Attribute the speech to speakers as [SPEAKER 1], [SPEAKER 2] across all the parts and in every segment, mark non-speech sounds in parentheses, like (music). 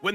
[SPEAKER 1] When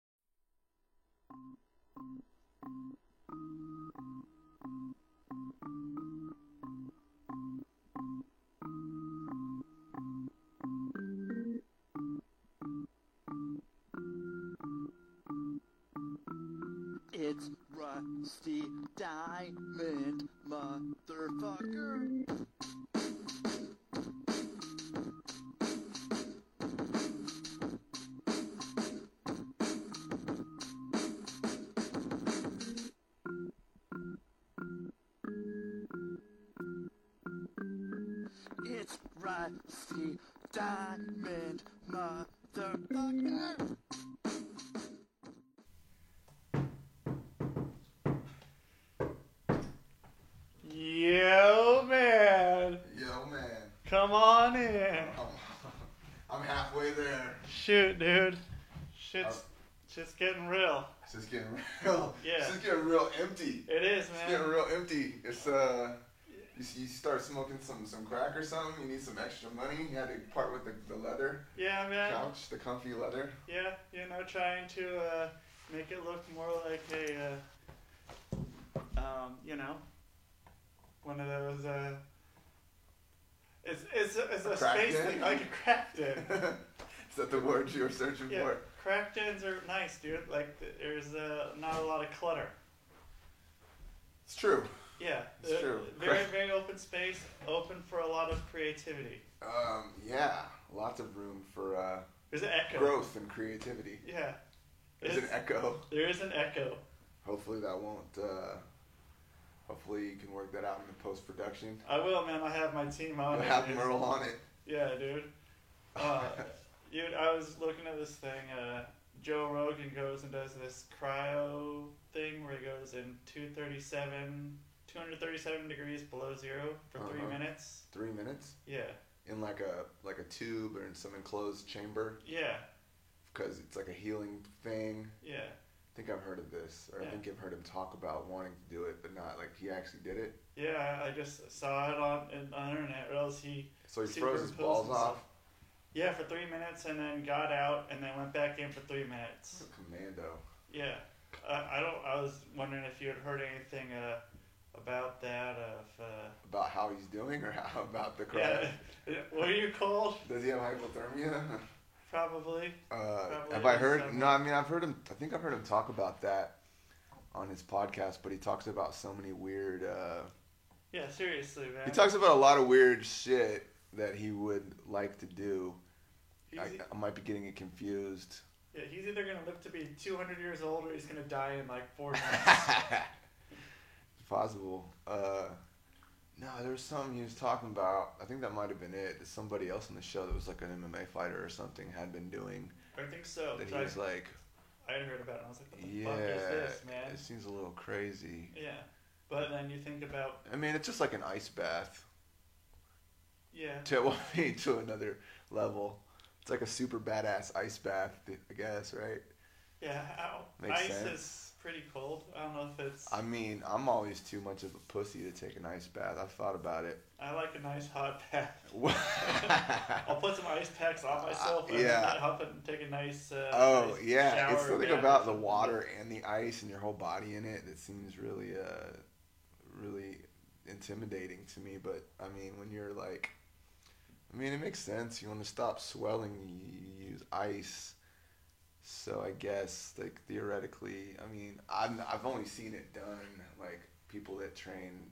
[SPEAKER 2] It's Rusty Diamond, motherfucker. It's Rusty Diamond, motherfucker.
[SPEAKER 3] Yo, man.
[SPEAKER 4] Yo, man.
[SPEAKER 3] Come on in.
[SPEAKER 4] I'm, (laughs) I'm halfway there.
[SPEAKER 3] Shoot, dude. Shit's
[SPEAKER 4] Oh.
[SPEAKER 3] just getting real.
[SPEAKER 4] It's just getting
[SPEAKER 3] (laughs)
[SPEAKER 4] real.
[SPEAKER 3] Yeah.
[SPEAKER 4] It's just getting real empty.
[SPEAKER 3] It is,
[SPEAKER 4] It's
[SPEAKER 3] man.
[SPEAKER 4] getting real empty. It's uh, you, s- you start smoking some some crack or something. You need some extra money. You had to part with the, the leather
[SPEAKER 3] Yeah, man.
[SPEAKER 4] couch, the comfy leather. (laughs)
[SPEAKER 3] Yeah, you know, trying to uh, make it look more like a, uh, um, you know, one of those. Uh, it's it's a, it's a,
[SPEAKER 4] A crack
[SPEAKER 3] space
[SPEAKER 4] den?
[SPEAKER 3] thing, like (laughs) a crack
[SPEAKER 4] (laughs)
[SPEAKER 3] den.
[SPEAKER 4] Is that the word you were searching
[SPEAKER 3] yeah,
[SPEAKER 4] for?
[SPEAKER 3] crack dens are nice, dude. Like th- there's uh, not a lot of clutter.
[SPEAKER 4] It's true.
[SPEAKER 3] Yeah,
[SPEAKER 4] It's
[SPEAKER 3] they're-
[SPEAKER 4] true.
[SPEAKER 3] Very
[SPEAKER 4] Crack-
[SPEAKER 3] very open space, open for a lot of creativity.
[SPEAKER 4] Um, yeah. Lots of room for uh,
[SPEAKER 3] There's an echo.
[SPEAKER 4] growth and creativity.
[SPEAKER 3] Yeah.
[SPEAKER 4] There's an
[SPEAKER 3] It's-
[SPEAKER 4] echo.
[SPEAKER 3] There is an echo.
[SPEAKER 4] Hopefully that won't. Uh, hopefully you can work that out in the post production.
[SPEAKER 3] I will, man. I have my team on
[SPEAKER 4] You'll
[SPEAKER 3] it.
[SPEAKER 4] have
[SPEAKER 3] dude.
[SPEAKER 4] Merle on it.
[SPEAKER 3] Yeah, dude.
[SPEAKER 4] (laughs)
[SPEAKER 3] Uh, dude, I was looking at this thing. Uh, Joe Rogan goes and does this cryo thing where he goes in 237, 237 degrees below zero for three
[SPEAKER 4] Uh-huh.
[SPEAKER 3] minutes.
[SPEAKER 4] Three minutes.
[SPEAKER 3] Yeah,
[SPEAKER 4] in like a like a tube or in some enclosed chamber
[SPEAKER 3] yeah,
[SPEAKER 4] because it's like a healing thing.
[SPEAKER 3] yeah.
[SPEAKER 4] I think I've heard of this, or
[SPEAKER 3] Yeah.
[SPEAKER 4] I think I've heard him talk about wanting to do it, but not like he actually did it.
[SPEAKER 3] Yeah, I just saw it on, in- on the internet. Or else he,
[SPEAKER 4] So he froze his
[SPEAKER 3] Superimposed
[SPEAKER 4] balls
[SPEAKER 3] himself.
[SPEAKER 4] off.
[SPEAKER 3] yeah, for three minutes and then got out and then went back in for three minutes.
[SPEAKER 4] Commando.
[SPEAKER 3] Yeah, I, I don't. I was wondering if you had heard anything uh, about that. Of uh,
[SPEAKER 4] About how he's doing, or (laughs) how about the crowd?
[SPEAKER 3] (laughs) yeah, were you cold?
[SPEAKER 4] Does he have hypothermia?
[SPEAKER 3] (laughs) Probably.
[SPEAKER 4] Uh,
[SPEAKER 3] Probably
[SPEAKER 4] have I heard?
[SPEAKER 3] something.
[SPEAKER 4] No, I mean I've heard him. I think I've heard him talk about that on his podcast, but he talks about so many weird. Uh,
[SPEAKER 3] Yeah, seriously, man.
[SPEAKER 4] he talks about a lot of weird shit that he would like to do.
[SPEAKER 3] He's,
[SPEAKER 4] I, I might be getting it confused.
[SPEAKER 3] yeah, he's either gonna live to be 200 years old or he's gonna die in like
[SPEAKER 4] (laughs)
[SPEAKER 3] four months.
[SPEAKER 4] Possible. Uh, no, there was something he was talking about. I think that might have been it. that Somebody else on the show that was like an MMA fighter or something had been doing
[SPEAKER 3] I think so.
[SPEAKER 4] that he
[SPEAKER 3] So I,
[SPEAKER 4] was like,
[SPEAKER 3] I had heard about it. I was like, what the
[SPEAKER 4] yeah,
[SPEAKER 3] fuck is this, man?
[SPEAKER 4] it seems a little crazy.
[SPEAKER 3] Yeah. But then you think about
[SPEAKER 4] I mean, it's just like an ice bath
[SPEAKER 3] yeah,
[SPEAKER 4] to (laughs) well, I mean, to another level. It's like a super badass ice bath, I guess, right?
[SPEAKER 3] yeah. Ow.
[SPEAKER 4] Makes
[SPEAKER 3] Ice is
[SPEAKER 4] sense.
[SPEAKER 3] pretty cold. I don't know if it's.
[SPEAKER 4] I mean, I'm always too much of a pussy to take an ice bath. I've thought about it.
[SPEAKER 3] I like a nice hot (laughs)
[SPEAKER 4] (laughs)
[SPEAKER 3] bath. I'll put some ice packs on myself and
[SPEAKER 4] Uh, yeah.
[SPEAKER 3] then hop and take a nice. Uh,
[SPEAKER 4] Oh
[SPEAKER 3] nice
[SPEAKER 4] yeah, it's
[SPEAKER 3] shower
[SPEAKER 4] something
[SPEAKER 3] bath.
[SPEAKER 4] about the water and the ice and your whole body in it that seems really, uh, really intimidating to me. But I mean, when you're like, I mean, it makes sense. You want to stop swelling, you use ice So I guess like theoretically, I mean, I've I've only seen it done like people that train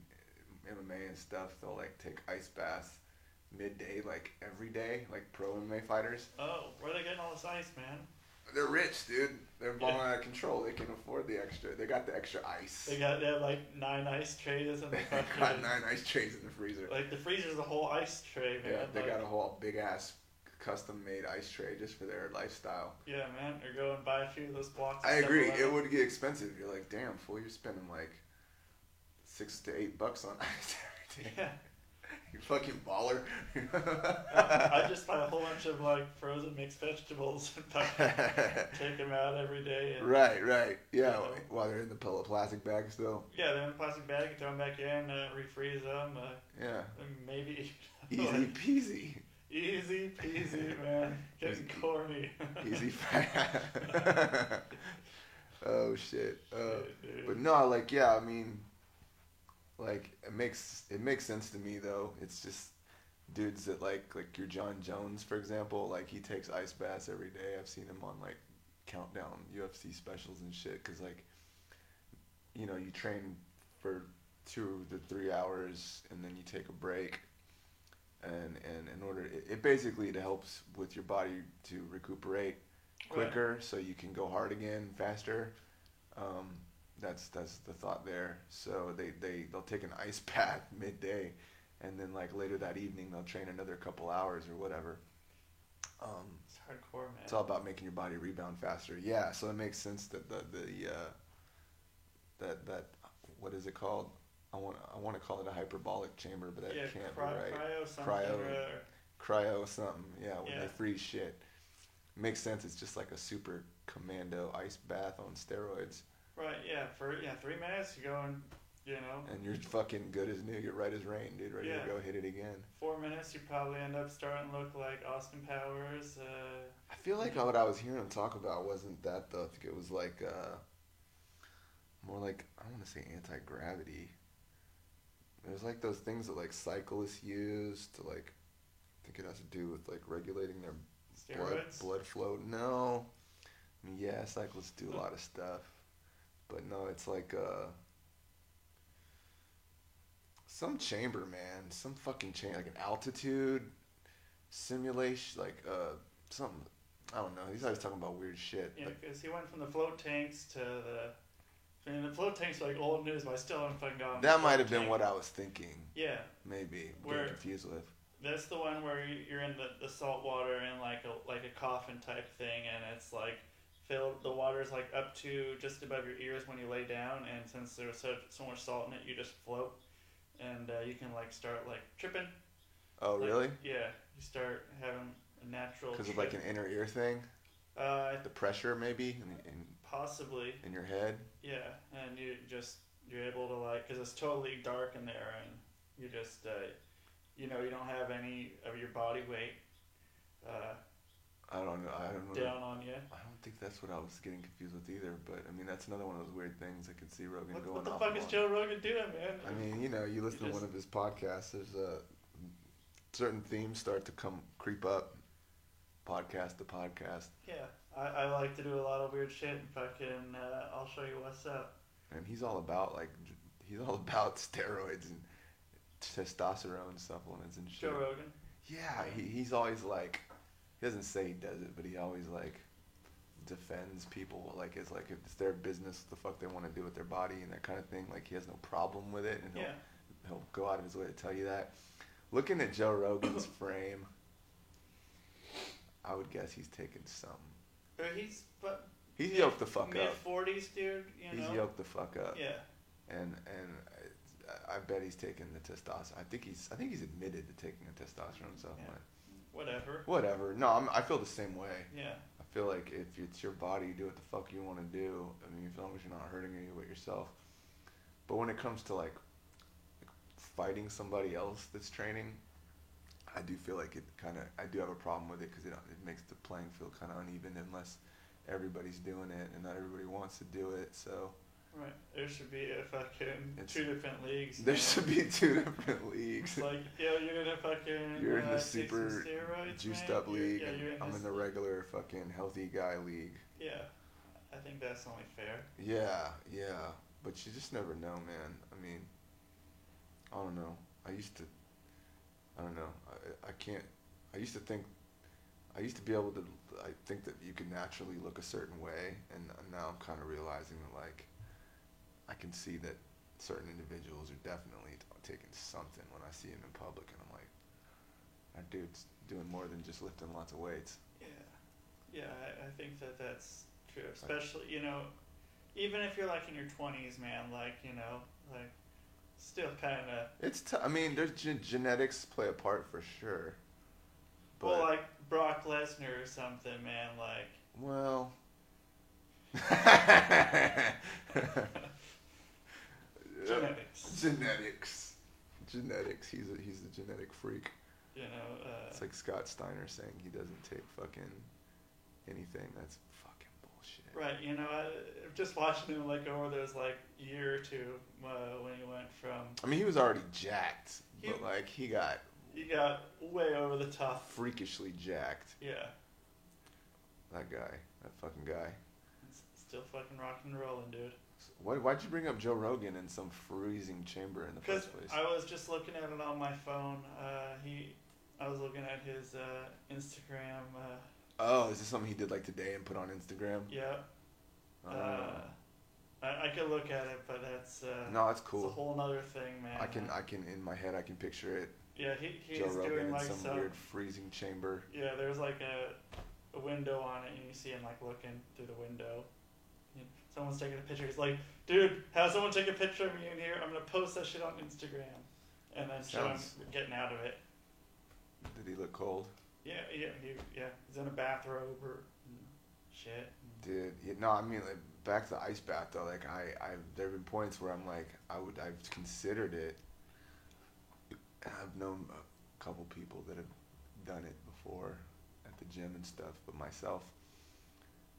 [SPEAKER 4] MMA and stuff. They'll like take ice baths midday, like every day, like pro MMA fighters.
[SPEAKER 3] Oh, where are they getting all this ice, man?
[SPEAKER 4] They're rich, dude. They're balling out of control. They can afford the extra. They got the extra ice. (laughs)
[SPEAKER 3] They got they have like nine ice trays in the
[SPEAKER 4] They
[SPEAKER 3] fucking
[SPEAKER 4] got nine ice trays in the freezer.
[SPEAKER 3] like the freezer's a whole ice tray, man.
[SPEAKER 4] Yeah, they
[SPEAKER 3] like,
[SPEAKER 4] got a whole big ass custom made ice tray just for their lifestyle.
[SPEAKER 3] yeah, man. Or go and buy a few of those blocks.
[SPEAKER 4] I
[SPEAKER 3] of
[SPEAKER 4] agree.
[SPEAKER 3] 7-Eleven.
[SPEAKER 4] It would get expensive. You're like, damn, fool, you're spending like six to eight bucks on (laughs) ice every day.
[SPEAKER 3] (laughs) Yeah.
[SPEAKER 4] You fucking baller.
[SPEAKER 3] (laughs) I just buy a whole bunch of like frozen mixed vegetables and (laughs) fucking take them out every day. And,
[SPEAKER 4] (laughs) right, right. Yeah,
[SPEAKER 3] Yeah.
[SPEAKER 4] while they're in the pla- plastic bags though.
[SPEAKER 3] Yeah, they're in a plastic bag. You throw them back in, uh, refreeze them. Uh,
[SPEAKER 4] Yeah.
[SPEAKER 3] and maybe
[SPEAKER 4] Easy
[SPEAKER 3] (laughs) like,
[SPEAKER 4] peasy.
[SPEAKER 3] easy peasy, man.
[SPEAKER 4] (laughs)
[SPEAKER 3] Getting
[SPEAKER 4] Easy.
[SPEAKER 3] corny. (laughs)
[SPEAKER 4] (laughs) Easy. fa- oh shit. Uh,
[SPEAKER 3] Dude.
[SPEAKER 4] but no, like yeah, I mean, like it makes it makes sense to me though. It's just dudes that like like your John Jones for example. Like he takes ice baths every day. I've seen him on like countdown UFC specials and shit. Cause like you know you train for two to three hours and then you take a break and and in order it, it basically it helps with your body to recuperate quicker so you can go hard again faster um, that's that's the thought there so they, they they'll take an ice (laughs) bath midday and then like later that evening they'll train another couple hours or whatever um,
[SPEAKER 3] It's hardcore, man.
[SPEAKER 4] it's all about making your body rebound faster yeah so it makes sense that the the uh, that that what is it called I want I want to call it a hyperbolic chamber but that
[SPEAKER 3] yeah,
[SPEAKER 4] can't
[SPEAKER 3] cry,
[SPEAKER 4] be right
[SPEAKER 3] cryo something. uh,
[SPEAKER 4] Cryo-
[SPEAKER 3] or-
[SPEAKER 4] cryo something. Yeah, when
[SPEAKER 3] Yeah.
[SPEAKER 4] they freeze shit. Makes sense. It's just like a super commando ice bath on steroids.
[SPEAKER 3] Right, yeah, for yeah, three minutes you go and you know,
[SPEAKER 4] And you're fucking good as new. You're right as rain, dude. Ready
[SPEAKER 3] Oh. Yeah.
[SPEAKER 4] to go hit it again.
[SPEAKER 3] four minutes you probably end up starting to look like Austin Powers. Uh,
[SPEAKER 4] I feel like what I was hearing him talk about wasn't that though. I think it was like uh, more like I want to say anti gravity. It was like those things that like cyclists use to like. I think it has to do with like regulating their blood,
[SPEAKER 3] steroids.
[SPEAKER 4] blood flow. No. I mean, yeah, cyclists do a lot of stuff. But no, it's like uh some chamber, man. Some fucking chamber, like an altitude simulation, like uh something. I don't know. He's always talking about weird shit.
[SPEAKER 3] Yeah,
[SPEAKER 4] Like,
[SPEAKER 3] because he went from the float tanks to the. I mean, the float tanks are like old news, but I still haven't fucking gotten.
[SPEAKER 4] that might have been what I was thinking,
[SPEAKER 3] Yeah,
[SPEAKER 4] maybe.
[SPEAKER 3] Where-
[SPEAKER 4] Getting confused with.
[SPEAKER 3] that's the one where you- you're in the, the salt water and like a like a coffin type thing, and it's like filled. The water's like up to just above your ears when you lay down, and since there was so so much salt in it, you just float, and uh, you can like start like tripping.
[SPEAKER 4] Oh,
[SPEAKER 3] Like,
[SPEAKER 4] really?
[SPEAKER 3] Yeah, you start having a natural.
[SPEAKER 4] Because of like an
[SPEAKER 3] trip.
[SPEAKER 4] inner ear thing,
[SPEAKER 3] Uh,
[SPEAKER 4] the pressure maybe in, in,
[SPEAKER 3] possibly,
[SPEAKER 4] in your head.
[SPEAKER 3] yeah, and you just you're able to like because it's totally dark in there, and you just uh, you know you don't have any of your body weight uh,
[SPEAKER 4] I don't know. I don't know.
[SPEAKER 3] down on you.
[SPEAKER 4] I don't think that's what I was getting confused with either, but I mean that's another one of those weird things I could see Rogan
[SPEAKER 3] What,
[SPEAKER 4] going
[SPEAKER 3] what the
[SPEAKER 4] off
[SPEAKER 3] fuck is
[SPEAKER 4] on.
[SPEAKER 3] Joe Rogan doing, man?
[SPEAKER 4] I mean, you know, you listen to
[SPEAKER 3] just-
[SPEAKER 4] one of his podcasts. There's a certain themes start to come creep up, podcast to podcast,
[SPEAKER 3] yeah, I, I like to do a lot of weird shit and fucking. Uh, I'll show you what's up.
[SPEAKER 4] and he's all about like j- he's all (laughs) about steroids and testosterone supplements and shit.
[SPEAKER 3] Joe Rogan.
[SPEAKER 4] Yeah, he, he's always like, he doesn't say he does it, but he always like defends people. Like it's like if it's their business, the fuck they want to do with their body and that kind of thing. Like he has no problem with it, and he'll,
[SPEAKER 3] Yeah.
[SPEAKER 4] he'll go out of his way to tell you that. Looking at Joe Rogan's (coughs) frame, I would guess he's taking some.
[SPEAKER 3] Or Uh, he's but
[SPEAKER 4] He's yoked the fuck
[SPEAKER 3] mid
[SPEAKER 4] up.
[SPEAKER 3] forties, dude. You know.
[SPEAKER 4] He's yoked the fuck up.
[SPEAKER 3] Yeah.
[SPEAKER 4] And and I, I bet he's taking the testosterone. I think he's I think he's admitted to taking a testosterone supplement.
[SPEAKER 3] Whatever.
[SPEAKER 4] Whatever. No, I'm, I feel the same way.
[SPEAKER 3] Yeah.
[SPEAKER 4] I feel like if it's your body, do what the fuck you want to do. I mean, as long as you're not hurting anybody yourself. But when it comes to like, like fighting somebody else that's training, I do feel like it kind of I do have a problem with it because it it makes the playing field kind of uneven unless everybody's doing it and not everybody wants to do it. So
[SPEAKER 3] Right. There should be a fucking
[SPEAKER 4] It's-
[SPEAKER 3] two different leagues.
[SPEAKER 4] There
[SPEAKER 3] man.
[SPEAKER 4] should be (laughs) two different leagues.
[SPEAKER 3] It's like, yo, you're gonna fucking.
[SPEAKER 4] (laughs) You're in
[SPEAKER 3] uh,
[SPEAKER 4] the
[SPEAKER 3] take some
[SPEAKER 4] super
[SPEAKER 3] steroids,
[SPEAKER 4] juiced
[SPEAKER 3] man.
[SPEAKER 4] up
[SPEAKER 3] You're-
[SPEAKER 4] league.
[SPEAKER 3] Yeah,
[SPEAKER 4] and
[SPEAKER 3] you're in
[SPEAKER 4] I'm
[SPEAKER 3] this
[SPEAKER 4] in the regular fucking healthy guy league.
[SPEAKER 3] Yeah, I think that's only fair.
[SPEAKER 4] Yeah, yeah. But you just never know, man. I mean, I don't know. I used to, I don't know. I, I can't, I used to think, I used to be able to, I think that you could naturally look a certain way. And now I'm kind of realizing that, like, I can see that certain individuals are definitely t- taking something when I see them in public. And I'm like, that dude's doing more than just lifting lots of weights.
[SPEAKER 3] Yeah, yeah, I, I think that that's true. Especially, you know, even if you're like in your 20s, man, like you know, like still kind of.
[SPEAKER 4] It's, t- I mean, there's gen- genetics play a part for sure.
[SPEAKER 3] Well, like Brock Lesnar or something, man. Like,
[SPEAKER 4] Well. (laughs)
[SPEAKER 3] Genetics.
[SPEAKER 4] Genetics. Genetics. He's a he's a genetic freak.
[SPEAKER 3] you know, uh,
[SPEAKER 4] It's like Scott Steiner saying he doesn't take fucking anything. That's fucking bullshit.
[SPEAKER 3] right? You know, I, I'm just watching him like over those like year or two uh, when he went from
[SPEAKER 4] I mean, he was already jacked,
[SPEAKER 3] He-
[SPEAKER 4] but like he got
[SPEAKER 3] he got way over the top.
[SPEAKER 4] freakishly jacked.
[SPEAKER 3] Yeah,
[SPEAKER 4] That guy. That fucking guy.
[SPEAKER 3] s- still fucking rocking and rolling, dude.
[SPEAKER 4] Why why'd you bring up Joe Rogan in some freezing chamber in the
[SPEAKER 3] Because
[SPEAKER 4] first place?
[SPEAKER 3] I was just looking at it on my phone. Uh, he, I was looking at his uh, Instagram. Uh,
[SPEAKER 4] oh, is this something he did like today and put on Instagram?
[SPEAKER 3] yeah,
[SPEAKER 4] Oh.
[SPEAKER 3] uh, I, I could look at it, but that's uh,
[SPEAKER 4] no, that's
[SPEAKER 3] it's a
[SPEAKER 4] cool.
[SPEAKER 3] whole other thing, man.
[SPEAKER 4] I can I can in my head I can picture it.
[SPEAKER 3] yeah, he, he's
[SPEAKER 4] Joe Rogan
[SPEAKER 3] doing
[SPEAKER 4] in
[SPEAKER 3] like
[SPEAKER 4] some,
[SPEAKER 3] some.
[SPEAKER 4] weird freezing chamber.
[SPEAKER 3] yeah, there's like a, a window on it, and you see him like looking through the window. You know, Someone's taking a picture. He's like, "Dude, have someone take a picture of me in here. I'm gonna post that shit on Instagram." And then show him
[SPEAKER 4] Sounds-
[SPEAKER 3] getting out of it.
[SPEAKER 4] Did he look cold?
[SPEAKER 3] Yeah, yeah, he, yeah. He's in a bathrobe or mm, shit.
[SPEAKER 4] Did yeah, no? I mean, like, back to the ice bath though. Like I, I there've been points where I'm like, I would, I've considered it. And I've known a couple people that have done it before at the gym and stuff, but myself,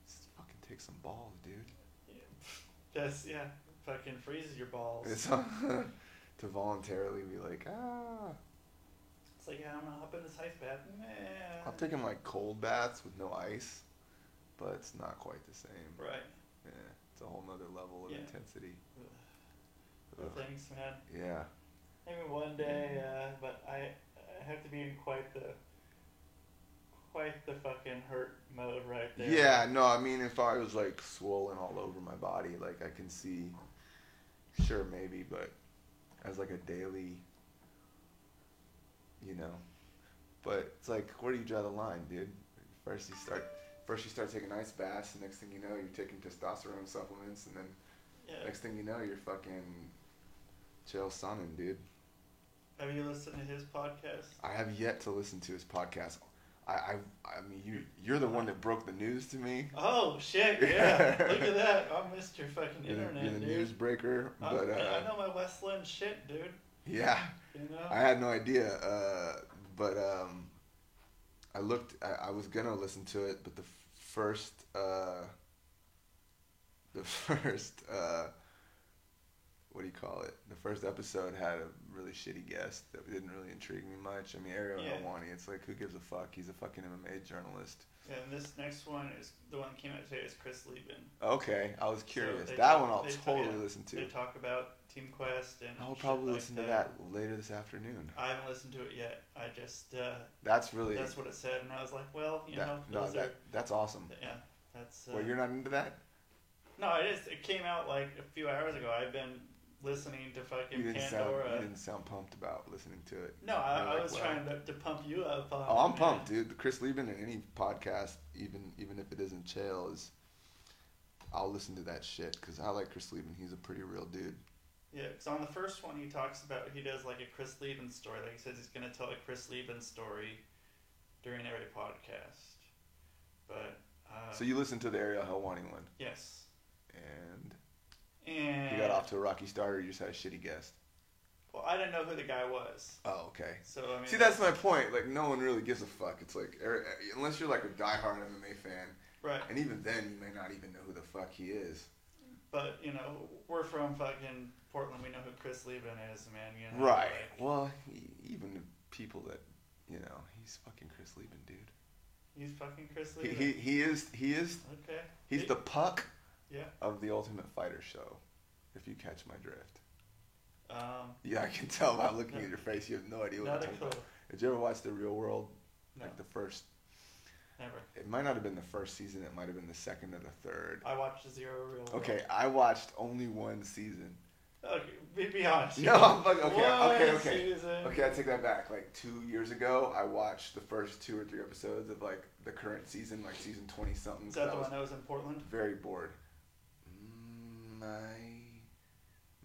[SPEAKER 4] it's fucking take some balls, dude.
[SPEAKER 3] That's yeah, fucking freezes your balls. It's,
[SPEAKER 4] It's (laughs) to voluntarily be like, ah,
[SPEAKER 3] like yeah, I'm gonna hop in this ice bath. Man.
[SPEAKER 4] I've taken like cold baths with no ice, but it's not quite the same.
[SPEAKER 3] right.
[SPEAKER 4] Yeah, it's a whole nother level of
[SPEAKER 3] Yeah.
[SPEAKER 4] intensity.
[SPEAKER 3] Ugh.
[SPEAKER 4] Ugh.
[SPEAKER 3] Thanks, man.
[SPEAKER 4] Yeah.
[SPEAKER 3] Maybe one day, uh, but I, I have to be in quite the, quite the fucking hurt mode right there.
[SPEAKER 4] Yeah, no, I mean, if I was like swollen all over my body, like I can see, sure, maybe, but as like a daily, you know, but it's like, where do you draw the line, dude? First you start, first you start taking ice baths, and next thing you know, you're taking testosterone supplements, and then
[SPEAKER 3] Yeah.
[SPEAKER 4] next thing you know, you're fucking Chael Sonnen, dude.
[SPEAKER 3] Have you listened to his podcast?
[SPEAKER 4] I have yet to listen to his podcast. I, I, I mean, you, you're the one that broke the news to me.
[SPEAKER 3] Oh
[SPEAKER 4] (laughs)
[SPEAKER 3] shit! Yeah. Look at that. I missed your fucking
[SPEAKER 4] You're the,
[SPEAKER 3] internet,
[SPEAKER 4] you're the
[SPEAKER 3] dude.
[SPEAKER 4] newsbreaker,
[SPEAKER 3] I-
[SPEAKER 4] but
[SPEAKER 3] I
[SPEAKER 4] uh,
[SPEAKER 3] know my Westland shit, dude.
[SPEAKER 4] yeah,
[SPEAKER 3] You know.
[SPEAKER 4] I had no idea. Uh, but um, I looked. I, I was gonna listen to it, but the first, uh, the (laughs) first, uh, what do you call it? The first episode had a really shitty guest that didn't really intrigue me much. I mean, Ariel
[SPEAKER 3] Yeah.
[SPEAKER 4] Helwani. It's like, who gives a fuck? He's a fucking MMA journalist.
[SPEAKER 3] And this next one is the one that came out today is Chris Lieben.
[SPEAKER 4] Okay, I was curious.
[SPEAKER 3] they
[SPEAKER 4] that
[SPEAKER 3] talk-
[SPEAKER 4] one I'll
[SPEAKER 3] they talk-
[SPEAKER 4] totally
[SPEAKER 3] yeah,
[SPEAKER 4] listen to.
[SPEAKER 3] They talk about Team Quest and.
[SPEAKER 4] I'll
[SPEAKER 3] shit
[SPEAKER 4] probably
[SPEAKER 3] like
[SPEAKER 4] listen to that later this afternoon.
[SPEAKER 3] I haven't listened to it yet. I just uh,
[SPEAKER 4] That's really
[SPEAKER 3] that's what it said, and I was like, well, you
[SPEAKER 4] that-
[SPEAKER 3] know,
[SPEAKER 4] no,
[SPEAKER 3] those
[SPEAKER 4] that, that's awesome.
[SPEAKER 3] are yeah, that's. Uh,
[SPEAKER 4] Well, you're not into that.
[SPEAKER 3] No, it is. It came out like a few hours ago. I've been listening to
[SPEAKER 4] You
[SPEAKER 3] fucking
[SPEAKER 4] didn't sound
[SPEAKER 3] Pandora.
[SPEAKER 4] you didn't sound pumped about listening to it.
[SPEAKER 3] no, I,
[SPEAKER 4] You're
[SPEAKER 3] I
[SPEAKER 4] like,
[SPEAKER 3] was
[SPEAKER 4] wow.
[SPEAKER 3] trying to, to pump you up. On
[SPEAKER 4] Oh, I'm
[SPEAKER 3] it, man.
[SPEAKER 4] pumped, dude. The Chris Lieben in any podcast, even even if it isn't Chael, is I'll listen to that shit because I like Chris Lieben. He's a pretty real dude.
[SPEAKER 3] Yeah, because on the first one he talks about he does like a Chris Lieben story. Like he says he's gonna tell a Chris Lieben story during every podcast. But uh,
[SPEAKER 4] So you listened to the Ariel Helwani one,
[SPEAKER 3] yes,
[SPEAKER 4] and
[SPEAKER 3] and
[SPEAKER 4] you got off to a rocky start, or you just had a shitty guest.
[SPEAKER 3] well, I didn't know who the guy was.
[SPEAKER 4] Oh, okay.
[SPEAKER 3] So I mean,
[SPEAKER 4] See, that's my point. Like, no one really gives a fuck. It's like, er- unless you're like a diehard MMA fan,
[SPEAKER 3] right.
[SPEAKER 4] and even then, you may not even know who the fuck he is.
[SPEAKER 3] But you know, we're from fucking Portland. We know who Chris Leben is, man. You know,
[SPEAKER 4] Right.
[SPEAKER 3] like,
[SPEAKER 4] Well, e- even the people that, you know, he's fucking Chris Lieben, dude.
[SPEAKER 3] he's fucking Chris
[SPEAKER 4] He,
[SPEAKER 3] Leben.
[SPEAKER 4] he, he is he is
[SPEAKER 3] okay.
[SPEAKER 4] he's
[SPEAKER 3] He-
[SPEAKER 4] the puck
[SPEAKER 3] yeah.
[SPEAKER 4] of the Ultimate Fighter show. If you catch my drift.
[SPEAKER 3] Um,
[SPEAKER 4] Yeah, I can tell by looking at your face. You have no idea what I'm
[SPEAKER 3] not a
[SPEAKER 4] talking
[SPEAKER 3] clue.
[SPEAKER 4] about. Did you ever watch The Real World?
[SPEAKER 3] No,
[SPEAKER 4] Like the first.
[SPEAKER 3] never.
[SPEAKER 4] It might not have been the first season. It might have been the second or the third.
[SPEAKER 3] I watched Zero Real. World.
[SPEAKER 4] Okay, I watched only one season.
[SPEAKER 3] Okay, be, be honest.
[SPEAKER 4] No, I'm fucking, okay,
[SPEAKER 3] One
[SPEAKER 4] okay, okay.
[SPEAKER 3] season.
[SPEAKER 4] Okay, I take that back. Like two years ago, I watched the first two or three episodes of like the current season, like season twenty something.
[SPEAKER 3] Is that the
[SPEAKER 4] I was
[SPEAKER 3] one that was in Portland?
[SPEAKER 4] very bored. Mm, I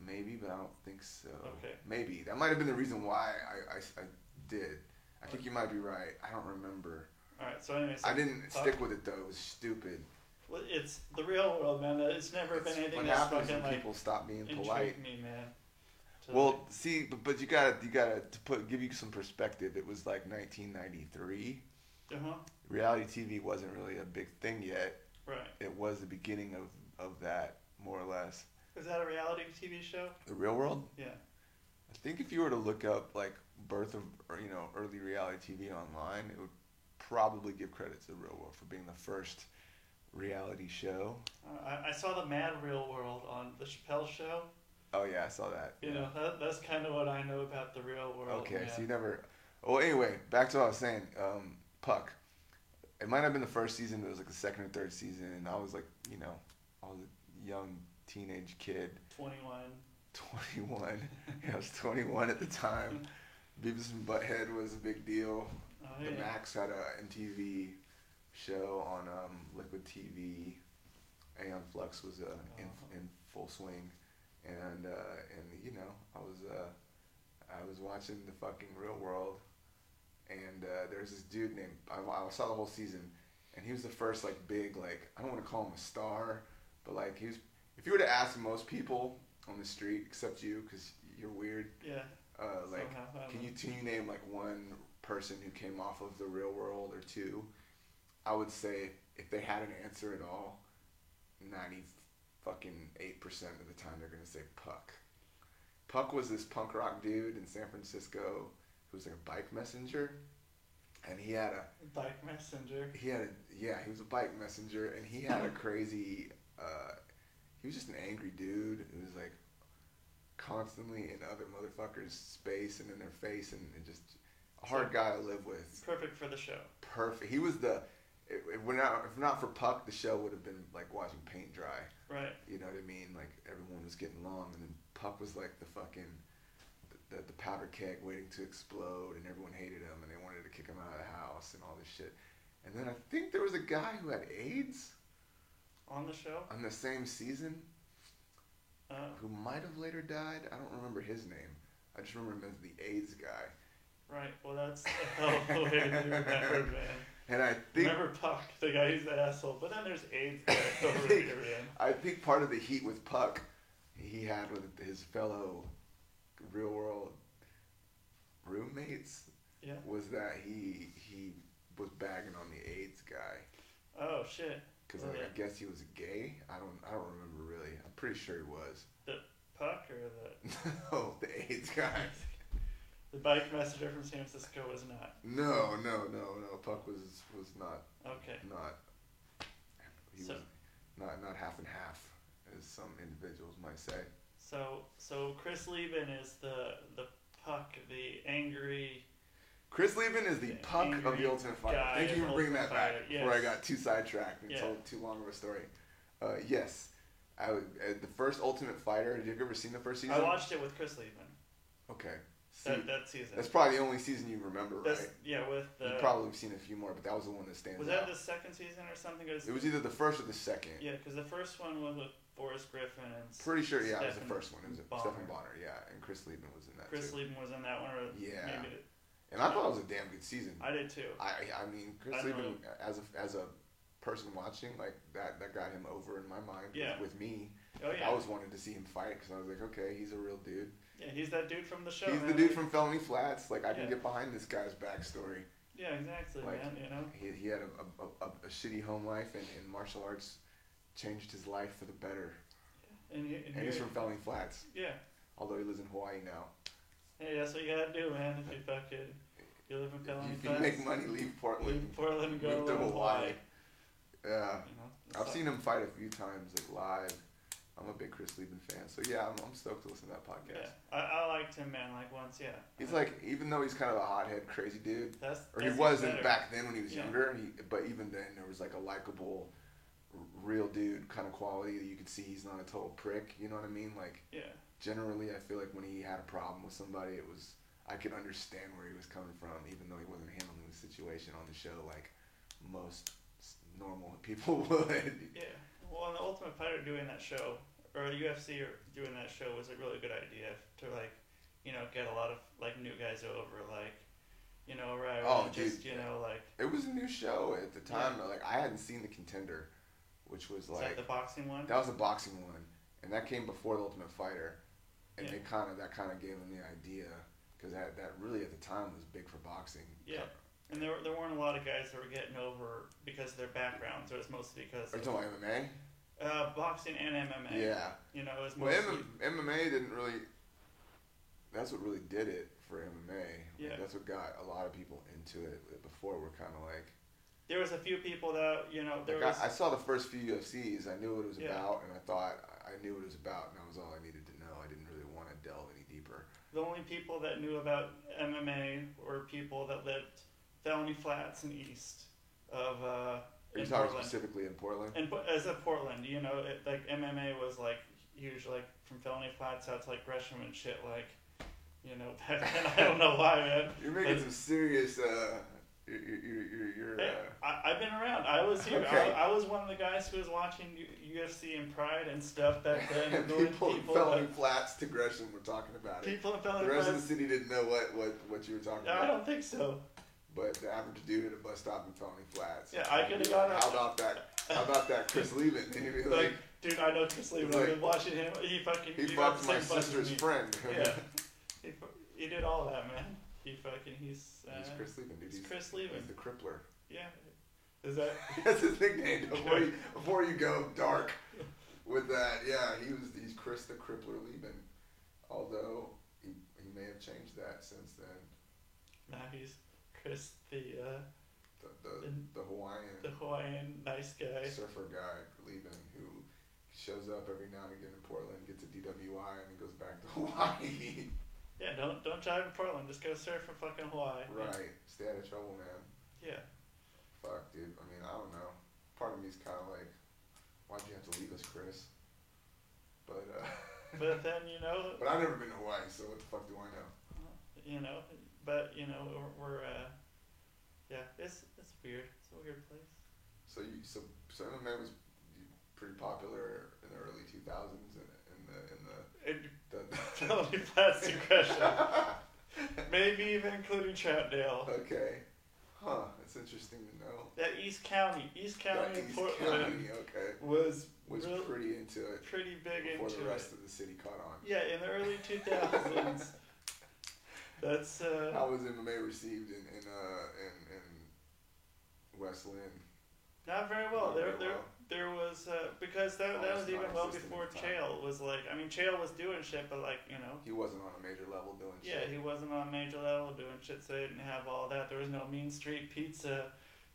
[SPEAKER 4] maybe, but I don't think so.
[SPEAKER 3] Okay.
[SPEAKER 4] Maybe that might have been the reason why I, I, I did. I think you might be right. I don't remember.
[SPEAKER 3] All right. So anyway, so
[SPEAKER 4] I didn't
[SPEAKER 3] fuck.
[SPEAKER 4] stick with it though. It was stupid.
[SPEAKER 3] Well, It's the real world, man. It's never
[SPEAKER 4] It's
[SPEAKER 3] been anything
[SPEAKER 4] what
[SPEAKER 3] that's
[SPEAKER 4] happens
[SPEAKER 3] fucking
[SPEAKER 4] when
[SPEAKER 3] like
[SPEAKER 4] people stop being
[SPEAKER 3] intrigued
[SPEAKER 4] polite.
[SPEAKER 3] me, man. To,
[SPEAKER 4] Well, see, but, but you gotta you gotta to put give you some perspective. It was like 1993.
[SPEAKER 3] like, uh-huh.
[SPEAKER 4] Reality TV wasn't really a big thing yet.
[SPEAKER 3] Right.
[SPEAKER 4] It was the beginning of of that more or less.
[SPEAKER 3] Is that a reality TV show?
[SPEAKER 4] The real world.
[SPEAKER 3] Yeah.
[SPEAKER 4] I think if you were to look up like birth of or, you know early reality TV online, it would probably give credit to the real world for being the first reality show.
[SPEAKER 3] Uh, I, I saw the Mad Real World on the Chappelle Show.
[SPEAKER 4] Oh yeah, I saw that.
[SPEAKER 3] You know, that, that's kind of what I know about the real world.
[SPEAKER 4] Okay,
[SPEAKER 3] man.
[SPEAKER 4] so you never. Oh, anyway, back to what I was saying. Um, Puck. It might not have been the first season, but it was like the second or third season, and I was like, you know, I was a young teenage kid,
[SPEAKER 3] 21.
[SPEAKER 4] 21. (laughs) I was 21 at the time. Beavis and Butthead was a big deal.
[SPEAKER 3] Oh,
[SPEAKER 4] The
[SPEAKER 3] yeah.
[SPEAKER 4] Max had a MTV show on um, Liquid TV. Aeon Flux was
[SPEAKER 3] Oh,
[SPEAKER 4] uh, in, in full swing, and uh, and you know I was uh, I was watching the fucking Real World, and uh, there's this dude named I, I saw the whole season, and he was the first like big like I don't want to call him a star, but like he was if you were to ask most people on the street except you because you're weird
[SPEAKER 3] yeah.
[SPEAKER 4] uh, like,
[SPEAKER 3] Somehow, I don't
[SPEAKER 4] can
[SPEAKER 3] know.
[SPEAKER 4] you can you name like one person who came off of the real world or two? I would say if they had an answer at all, ninety fucking eight percent of the time they're gonna say Puck. Puck was this punk rock dude in San Francisco who was like a bike messenger, and he had a
[SPEAKER 3] Bike Messenger.
[SPEAKER 4] he had a yeah he was a bike messenger and he had a crazy uh, he was just an angry dude who was like constantly in other motherfuckers space and in their face and, and just a hard guy to live with
[SPEAKER 3] Perfect for the show.
[SPEAKER 4] perfect he was the if if we're not if not for puck the show would have been like watching paint dry
[SPEAKER 3] Right.
[SPEAKER 4] you know what i mean like everyone was getting along and then puck was like the fucking the, the powder keg waiting to explode and everyone hated him and they wanted to kick him out of the house and all this shit and then i think there was a guy who had aids
[SPEAKER 3] On the show?
[SPEAKER 4] on the same season
[SPEAKER 3] Uh,
[SPEAKER 4] who might have later died i don't remember his name i just remember him as the aids guy
[SPEAKER 3] right. Well, that's a hell of a way to Oh, remember,
[SPEAKER 4] (laughs)
[SPEAKER 3] man.
[SPEAKER 4] and i think
[SPEAKER 3] Remember Puck, the guy who's the asshole. But then there's AIDS guy
[SPEAKER 4] (laughs)
[SPEAKER 3] over here, man.
[SPEAKER 4] I think part of the heat with Puck he had with his fellow real world roommates
[SPEAKER 3] Yeah.
[SPEAKER 4] was that he he was bagging on the AIDS guy
[SPEAKER 3] Oh shit.
[SPEAKER 4] because
[SPEAKER 3] Oh,
[SPEAKER 4] like,
[SPEAKER 3] yeah.
[SPEAKER 4] I guess he was gay. I don't I don't remember really. I'm pretty sure he was. (laughs)
[SPEAKER 3] The Puck or the (laughs)
[SPEAKER 4] no, the AIDS guy.
[SPEAKER 3] the bike messenger from San Francisco was not.
[SPEAKER 4] No, no, no, no. Puck was was not
[SPEAKER 3] Okay.
[SPEAKER 4] not he
[SPEAKER 3] So-
[SPEAKER 4] was not not half and half as some individuals might say.
[SPEAKER 3] So so Chris Lieben is the the Puck, the angry.
[SPEAKER 4] Chris Levin is the
[SPEAKER 3] Yeah,
[SPEAKER 4] puck of
[SPEAKER 3] angry
[SPEAKER 4] the Ultimate Fighter.
[SPEAKER 3] guy
[SPEAKER 4] Thank you
[SPEAKER 3] of
[SPEAKER 4] for bringing that
[SPEAKER 3] Ultimate
[SPEAKER 4] back
[SPEAKER 3] Fighter,
[SPEAKER 4] before I
[SPEAKER 3] yes.
[SPEAKER 4] got too sidetracked and
[SPEAKER 3] Yeah.
[SPEAKER 4] told too long of a story. Uh, yes, I would, uh, the first Ultimate Fighter. Have you ever seen the first season?
[SPEAKER 3] I watched it with Chris Lieben.
[SPEAKER 4] Okay, See,
[SPEAKER 3] That, that season.
[SPEAKER 4] that's probably the only season you remember,
[SPEAKER 3] That's-
[SPEAKER 4] right?
[SPEAKER 3] yeah, with the.
[SPEAKER 4] You've probably seen a few more, but that was the one that stands
[SPEAKER 3] was
[SPEAKER 4] out.
[SPEAKER 3] that the second season or something?
[SPEAKER 4] It was either the first or the second.
[SPEAKER 3] Yeah, because the first one was with Boris Griffin and.
[SPEAKER 4] Pretty sure, yeah, it was
[SPEAKER 3] Stephen
[SPEAKER 4] the first one. It was
[SPEAKER 3] Bonner.
[SPEAKER 4] Stephen Bonner, yeah, and Chris Lieben was in that
[SPEAKER 3] Chris
[SPEAKER 4] too.
[SPEAKER 3] Lieben was in that one, or
[SPEAKER 4] Yeah.
[SPEAKER 3] maybe
[SPEAKER 4] and I thought it was a damn good season.
[SPEAKER 3] I did too.
[SPEAKER 4] I I mean Chris
[SPEAKER 3] I don't
[SPEAKER 4] Lieben as a as a person watching like that that got him over in my mind with-
[SPEAKER 3] Yeah.
[SPEAKER 4] with, me.
[SPEAKER 3] Oh, yeah.
[SPEAKER 4] I always wanted to see him fight because I was like, okay, he's a real dude.
[SPEAKER 3] Yeah, he's that dude from the show.
[SPEAKER 4] he's the
[SPEAKER 3] man.
[SPEAKER 4] dude from Felony Flats. Like I can
[SPEAKER 3] uh, Yeah.
[SPEAKER 4] get behind this guy's backstory.
[SPEAKER 3] Yeah, exactly,
[SPEAKER 4] Like-
[SPEAKER 3] man. You know.
[SPEAKER 4] He he had a a, a, a shitty home life and, and martial arts changed his life for the better.
[SPEAKER 3] And, he- and,
[SPEAKER 4] and he's
[SPEAKER 3] you're-
[SPEAKER 4] from Felony Flats,
[SPEAKER 3] yeah.
[SPEAKER 4] although he lives in Hawaii now.
[SPEAKER 3] Hey, that's what you gotta do, man. If you fucking you live in Pelham,
[SPEAKER 4] If you make money, leave Portland.
[SPEAKER 3] leave Portland and go
[SPEAKER 4] move to
[SPEAKER 3] to Hawaii.
[SPEAKER 4] Hawaii. Yeah,
[SPEAKER 3] You know, that's
[SPEAKER 4] I've
[SPEAKER 3] all.
[SPEAKER 4] seen him fight a few times, like live. I'm a big Chris Lieben fan, so yeah, I'm, I'm stoked to listen to that podcast.
[SPEAKER 3] Yeah, I, I liked him, man. Like once, yeah.
[SPEAKER 4] He's like, even though he's kind of a hothead, crazy dude,
[SPEAKER 3] That's
[SPEAKER 4] or he
[SPEAKER 3] that's
[SPEAKER 4] wasn't
[SPEAKER 3] better.
[SPEAKER 4] back then when he was
[SPEAKER 3] Yeah.
[SPEAKER 4] younger. He, but even then, there was like a likable, r- real dude kind of quality that you could see. He's not a total prick. You know what I mean? Like
[SPEAKER 3] Yeah,
[SPEAKER 4] generally, I feel like when he had a problem with somebody, it was I could understand where he was coming from, even though he wasn't handling the situation on the show like most s- normal (laughs) people would.
[SPEAKER 3] yeah. Well, and the Ultimate Fighter doing that show or UFC or doing that show was a really good idea to like, you know, get a lot of like new guys over, like, you know, right?
[SPEAKER 4] Oh,
[SPEAKER 3] and just
[SPEAKER 4] dude.
[SPEAKER 3] you know, like,
[SPEAKER 4] It was a new show at the time. Like I hadn't seen the contender, which was
[SPEAKER 3] is
[SPEAKER 4] like
[SPEAKER 3] that the boxing one?
[SPEAKER 4] That was the boxing one, and that came before the Ultimate Fighter, and
[SPEAKER 3] Yeah.
[SPEAKER 4] it kind of that kind of gave him the idea because that that really at the time was big for boxing.
[SPEAKER 3] Yeah. And there, were- there weren't a lot of guys that were getting over because of their backgrounds. It was mostly because
[SPEAKER 4] Or
[SPEAKER 3] of,
[SPEAKER 4] talking about MMA.
[SPEAKER 3] uh, boxing and MMA.
[SPEAKER 4] Yeah.
[SPEAKER 3] You know, it was
[SPEAKER 4] Well,
[SPEAKER 3] mostly.
[SPEAKER 4] M- MMA didn't really. That's what really did it for MMA. Like,
[SPEAKER 3] Yeah.
[SPEAKER 4] that's what got a lot of people into it. Before we're kind of like,
[SPEAKER 3] there was a few people that you know there
[SPEAKER 4] like
[SPEAKER 3] was
[SPEAKER 4] I, I saw the first few UFCs. I knew what it was
[SPEAKER 3] Yeah.
[SPEAKER 4] about, and I thought I knew what it was about, and that was all I needed to know. I didn't really want to delve any deeper.
[SPEAKER 3] the only people that knew about MMA were people that lived Felony Flats and east of uh,
[SPEAKER 4] Are you
[SPEAKER 3] in
[SPEAKER 4] talking
[SPEAKER 3] Portland.
[SPEAKER 4] specifically in Portland?
[SPEAKER 3] And but as a Portland, you know, it, like MMA was like huge, like from Felony Flats out to like Gresham and shit, like. You know, (laughs) back then, I don't know why, man.
[SPEAKER 4] You're making
[SPEAKER 3] But-
[SPEAKER 4] some serious. Uh, you're you're you're. you're
[SPEAKER 3] Hey,
[SPEAKER 4] uh,
[SPEAKER 3] I, I've been around. I was here.
[SPEAKER 4] Okay.
[SPEAKER 3] I, I was one of the guys who was watching U, UFC and Pride and stuff
[SPEAKER 4] (laughs)
[SPEAKER 3] back then. and going to
[SPEAKER 4] people in
[SPEAKER 3] people,
[SPEAKER 4] felony
[SPEAKER 3] like,
[SPEAKER 4] flats to Gresham were talking about it.
[SPEAKER 3] people in Felony
[SPEAKER 4] The rest of the
[SPEAKER 3] Flats.
[SPEAKER 4] city didn't know what, what, what you were talking
[SPEAKER 3] I
[SPEAKER 4] about.
[SPEAKER 3] don't think so.
[SPEAKER 4] But the average dude at a bus stop in felony flats.
[SPEAKER 3] Yeah, I coulda got a-
[SPEAKER 4] How about that? How about that, Chris Levin? (laughs) And he'd be like,
[SPEAKER 3] Like, dude, I know Chris Lee.
[SPEAKER 4] Like-
[SPEAKER 3] I've been watching him. He fucking
[SPEAKER 4] he
[SPEAKER 3] got the
[SPEAKER 4] fucked
[SPEAKER 3] same
[SPEAKER 4] my
[SPEAKER 3] bus as
[SPEAKER 4] sister's
[SPEAKER 3] me.
[SPEAKER 4] friend. (laughs)
[SPEAKER 3] Yeah, he, fu- he did all that, man. He fucking he's uh,
[SPEAKER 4] he's Chris Levin, dude.
[SPEAKER 3] he's Chris Levin.
[SPEAKER 4] He's the crippler. (laughs)
[SPEAKER 3] yeah. Is that
[SPEAKER 4] That's his nickname. Before you, before you go dark with that, yeah, he was he's Chris the Crippler Lieben. Although he, he may have changed that since then.
[SPEAKER 3] now he's Chris the uh,
[SPEAKER 4] The the, the
[SPEAKER 3] the
[SPEAKER 4] Hawaiian
[SPEAKER 3] Hawaiian nice guy.
[SPEAKER 4] surfer guy Lieben who shows up every now and again in Portland, gets a DWI, and then goes back to (laughs)
[SPEAKER 3] (laughs)
[SPEAKER 4] Hawaii.
[SPEAKER 3] Yeah, don't don't drive in Portland. Just go surf in fucking Hawaii.
[SPEAKER 4] right, stay out of trouble, man.
[SPEAKER 3] Yeah.
[SPEAKER 4] Fuck, dude. I mean, I don't know. Part of me's kind of like, why'd you have to leave us, Chris? But uh, (laughs)
[SPEAKER 3] But then you know,
[SPEAKER 4] but I've never been to Hawaii, so what the fuck do I know?
[SPEAKER 3] you know, but you know, we're, we're uh, yeah, it's it's weird. It's a weird place.
[SPEAKER 4] So you so so MMA was pretty popular in the early two thousands and
[SPEAKER 3] (laughs)
[SPEAKER 4] in the in the,
[SPEAKER 3] And
[SPEAKER 4] the (laughs)
[SPEAKER 3] Felony Flats aggression. Maybe even including Troutdale.
[SPEAKER 4] okay, huh? That's interesting to know.
[SPEAKER 3] That East County, East County,
[SPEAKER 4] That
[SPEAKER 3] in
[SPEAKER 4] East
[SPEAKER 3] Portland
[SPEAKER 4] County, okay,
[SPEAKER 3] was
[SPEAKER 4] was
[SPEAKER 3] uh, real-
[SPEAKER 4] pretty into it
[SPEAKER 3] pretty big
[SPEAKER 4] before
[SPEAKER 3] into
[SPEAKER 4] the rest
[SPEAKER 3] it.
[SPEAKER 4] of the city caught on.
[SPEAKER 3] yeah, in the
[SPEAKER 4] (laughs)
[SPEAKER 3] early two thousands. That's uh,
[SPEAKER 4] How was MMA received in in uh in in West Lynn?
[SPEAKER 3] not very well.
[SPEAKER 4] Not
[SPEAKER 3] There,
[SPEAKER 4] very
[SPEAKER 3] there,
[SPEAKER 4] well.
[SPEAKER 3] there was uh, because that that
[SPEAKER 4] Almost
[SPEAKER 3] was even well
[SPEAKER 4] non-existent at
[SPEAKER 3] before
[SPEAKER 4] the time.
[SPEAKER 3] Chael was like. I mean, Chael was doing shit, but like you know,
[SPEAKER 4] He wasn't on a major level doing
[SPEAKER 3] Yeah,
[SPEAKER 4] shit.
[SPEAKER 3] he wasn't on major level doing shit, so they didn't have all that. There was no Mean Street Pizza,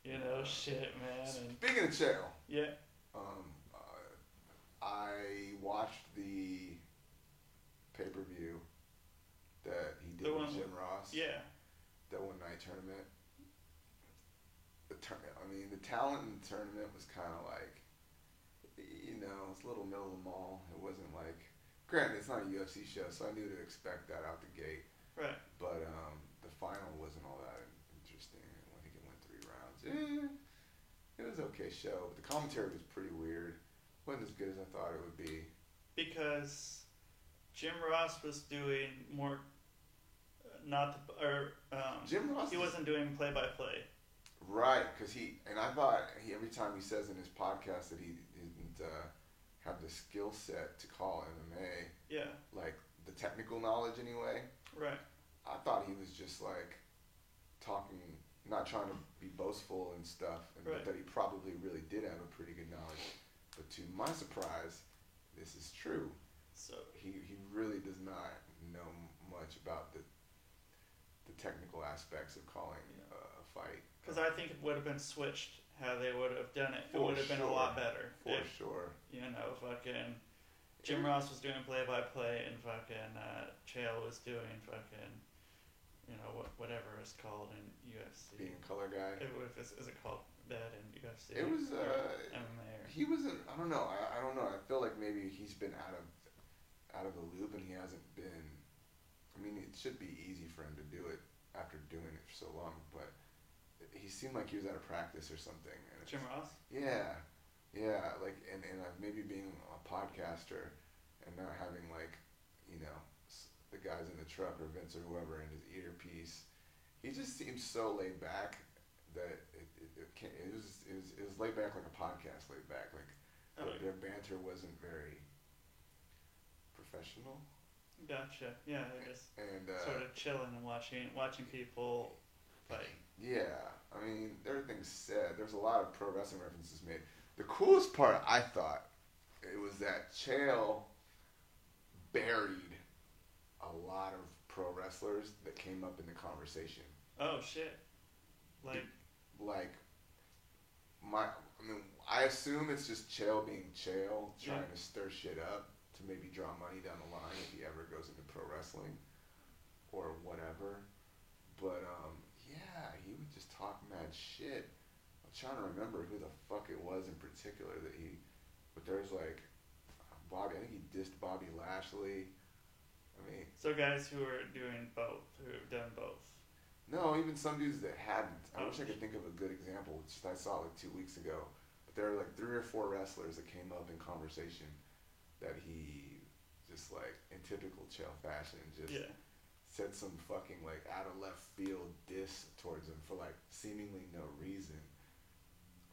[SPEAKER 3] you know, shit, man. And
[SPEAKER 4] Speaking of jail.
[SPEAKER 3] yeah,
[SPEAKER 4] Um, uh, I watched the pay per view that he did
[SPEAKER 3] The
[SPEAKER 4] with
[SPEAKER 3] one
[SPEAKER 4] Jim Ross.
[SPEAKER 3] yeah,
[SPEAKER 4] That one night tournament. The tur- I mean, the talent in the tournament was kind of like, you know, it's a little middle of the mall. It wasn't like, granted, it's not a UFC show, so I knew to expect that out the gate.
[SPEAKER 3] right.
[SPEAKER 4] But um, the final wasn't all that interesting. I think it went three rounds. Eh, it was okay show, but the commentary was pretty weird. wasn't as good as I thought it would be.
[SPEAKER 3] Because Jim Ross was doing more, uh, not the, or um,
[SPEAKER 4] Jim Ross
[SPEAKER 3] He
[SPEAKER 4] is-
[SPEAKER 3] wasn't doing play by play.
[SPEAKER 4] Right, because he and I thought he every time he says in his podcast that he didn't uh, have the skill set to call MMA,
[SPEAKER 3] Yeah,
[SPEAKER 4] like the technical knowledge anyway.
[SPEAKER 3] right.
[SPEAKER 4] I thought he was just like talking, not trying to be boastful and stuff, and
[SPEAKER 3] Right.
[SPEAKER 4] but that he probably really did have a pretty good knowledge. But to my surprise, this is true.
[SPEAKER 3] So
[SPEAKER 4] He he really does not know m- much about the the technical aspects of calling
[SPEAKER 3] Yeah.
[SPEAKER 4] uh, a fight.
[SPEAKER 3] because I think it would have been switched how they would have done it. it
[SPEAKER 4] For
[SPEAKER 3] would have been a
[SPEAKER 4] sure.
[SPEAKER 3] lot better.
[SPEAKER 4] For
[SPEAKER 3] if,
[SPEAKER 4] sure.
[SPEAKER 3] You know, fucking Jim Ross was doing play by play, and fucking uh, Chael was doing fucking you know what whatever it's called in UFC.
[SPEAKER 4] Being a color guy.
[SPEAKER 3] It would- if it's- is it called that in UFC?
[SPEAKER 4] It was,
[SPEAKER 3] or
[SPEAKER 4] uh,
[SPEAKER 3] MMA. Or,
[SPEAKER 4] He wasn't. I don't know. I, I don't know. I feel like maybe he's been out of out of the loop, and he hasn't been. I mean, it should be easy for him to do it after doing it for so long, but he seemed like he was out of practice or something. And it's-
[SPEAKER 3] Jim Ross.
[SPEAKER 4] Yeah, yeah. Like, and and like maybe being a podcaster and not having like, you know, s- the guys in the truck or Vince or whoever in his earpiece. He just seems so laid back that it it, it, can, it was it was it was laid back like a podcast laid back. Like
[SPEAKER 3] Oh,
[SPEAKER 4] their- their banter wasn't very professional
[SPEAKER 3] Gotcha. Yeah, they're just
[SPEAKER 4] and uh,
[SPEAKER 3] sort of chilling and watching watching people fight.
[SPEAKER 4] Yeah, I mean, everything's said. There's a lot of pro wrestling references made. The coolest part, I thought, it was that Chael buried a lot of pro wrestlers that came up in the conversation.
[SPEAKER 3] Oh shit! Like
[SPEAKER 4] Like, my, I mean, I assume it's just Chael being Chael, trying
[SPEAKER 3] Yeah.
[SPEAKER 4] to stir shit up to maybe draw money down the line if he ever goes into pro wrestling or whatever. But um, yeah, he would just talk mad shit. I'm trying to remember who the fuck it was in particular that he. But there's like Bobby. I think he dissed Bobby Lashley. I mean,
[SPEAKER 3] so, guys who are doing both, who have done both.
[SPEAKER 4] no, even some dudes that hadn't. I wish I
[SPEAKER 3] Oh.
[SPEAKER 4] could think of a good example, which I saw like two weeks ago. But there were like three or four wrestlers that came up in conversation that he just like in typical Chael fashion just
[SPEAKER 3] Yeah.
[SPEAKER 4] said some fucking like out of left field diss towards him for like seemingly no reason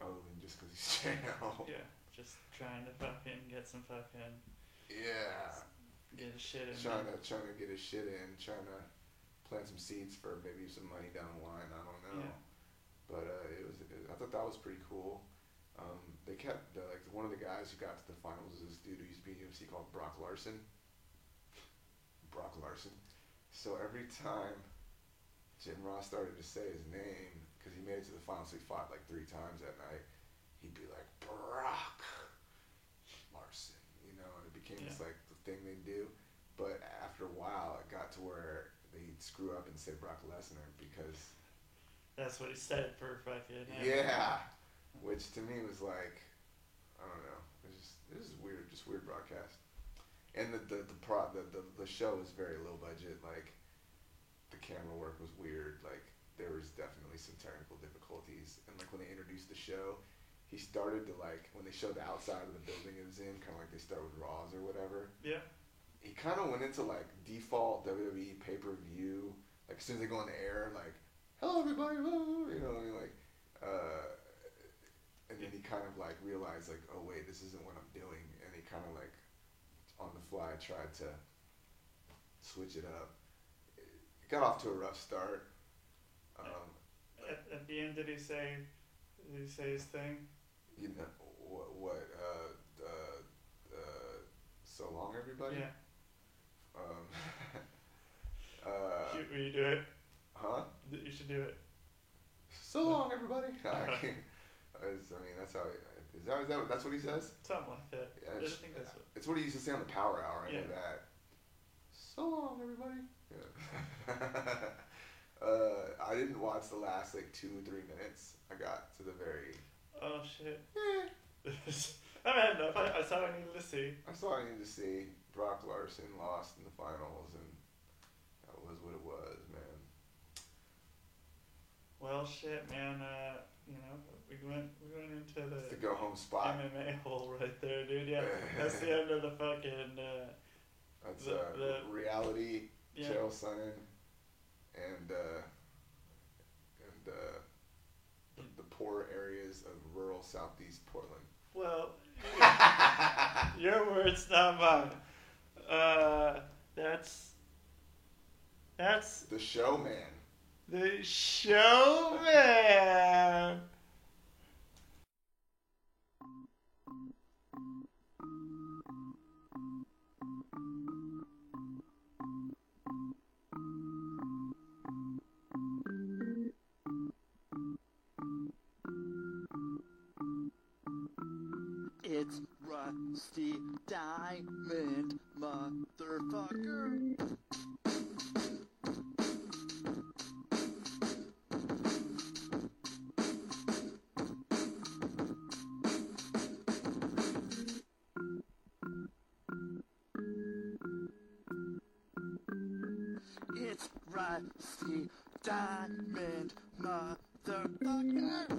[SPEAKER 4] other than just because he's (laughs) Chael.
[SPEAKER 3] Yeah. Just trying to fucking get some fucking
[SPEAKER 4] Yeah.
[SPEAKER 3] get his shit in.
[SPEAKER 4] Trying to trying to get his shit in, trying to plant some seeds for maybe some money down the line. I don't know.
[SPEAKER 3] Yeah.
[SPEAKER 4] But uh, it was it, I thought that was pretty cool. Um, they kept the, like one of the guys who got to the finals was this dude who used to be in UFC called Brock Larson. Brock Larson. So every time Jim Ross started to say his name, because he made it to the finals, he fought like three times that night. He'd be like Brock Larson, you know, and it became this
[SPEAKER 3] Yeah.
[SPEAKER 4] like the thing they do. But after a while, it got to where they'd screw up and say Brock Lesnar because
[SPEAKER 3] That's what he said for fucking.
[SPEAKER 4] yeah. Which to me was like, I don't know. It was just this is weird, just weird broadcast. And the the the, pro, the the the show was very low budget. Like the camera work was weird. Like there was definitely some technical difficulties. And like when they introduced the show, he started to like when they showed the outside of the building it was in, kind of like they start with Raws or whatever
[SPEAKER 3] Yeah.
[SPEAKER 4] he kind of went into like default WWE pay per view. Like as soon as they go on the air, like hello everybody, hello," you know, and like, uh, and then he kind of like realized like, oh wait, this isn't what I'm doing, and he kind of like on the fly tried to switch it up. It got off to a rough start. Um,
[SPEAKER 3] At, at the end, did he say? Did he say his thing?
[SPEAKER 4] you know what? what uh, uh, uh, so long, everybody.
[SPEAKER 3] Yeah.
[SPEAKER 4] Um, (laughs) uh,
[SPEAKER 3] Shoot, will you do it?
[SPEAKER 4] huh?
[SPEAKER 3] You should do it.
[SPEAKER 4] So long, everybody. I can't- I was- I mean, that's how. Is that, is that that's what he says?
[SPEAKER 3] Something like that.
[SPEAKER 4] Yeah,
[SPEAKER 3] I
[SPEAKER 4] it's,
[SPEAKER 3] just think that's what.
[SPEAKER 4] it's what he used to say on the Power Hour. I know
[SPEAKER 3] Yeah.
[SPEAKER 4] that. So long, everybody. Yeah. (laughs) uh, I didn't watch the last like two three minutes. I got to the very.
[SPEAKER 3] Oh shit. (laughs)
[SPEAKER 4] Eh,
[SPEAKER 3] I've had enough. I, I saw what I needed to see.
[SPEAKER 4] I saw I needed to see Brock Larson lost in the finals, and that was what it was, man.
[SPEAKER 3] Well, shit, man. Uh, you know, we went we went into
[SPEAKER 4] It's the
[SPEAKER 3] the
[SPEAKER 4] go home spot.
[SPEAKER 3] MMA hole right there, dude. Yeah, that's the end of the fucking. Uh,
[SPEAKER 4] That's
[SPEAKER 3] The-
[SPEAKER 4] uh,
[SPEAKER 3] the-
[SPEAKER 4] reality.
[SPEAKER 3] yeah,
[SPEAKER 4] Chael Sonnen, and uh, and uh, the, the poor areas of rural southeast Portland.
[SPEAKER 3] Well, your words, not mine. Uh, that's that's
[SPEAKER 4] The showman.
[SPEAKER 3] the showman.
[SPEAKER 2] It's Rusty Diamond, motherfucker. It's Rusty Diamond, motherfucker.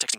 [SPEAKER 5] Texting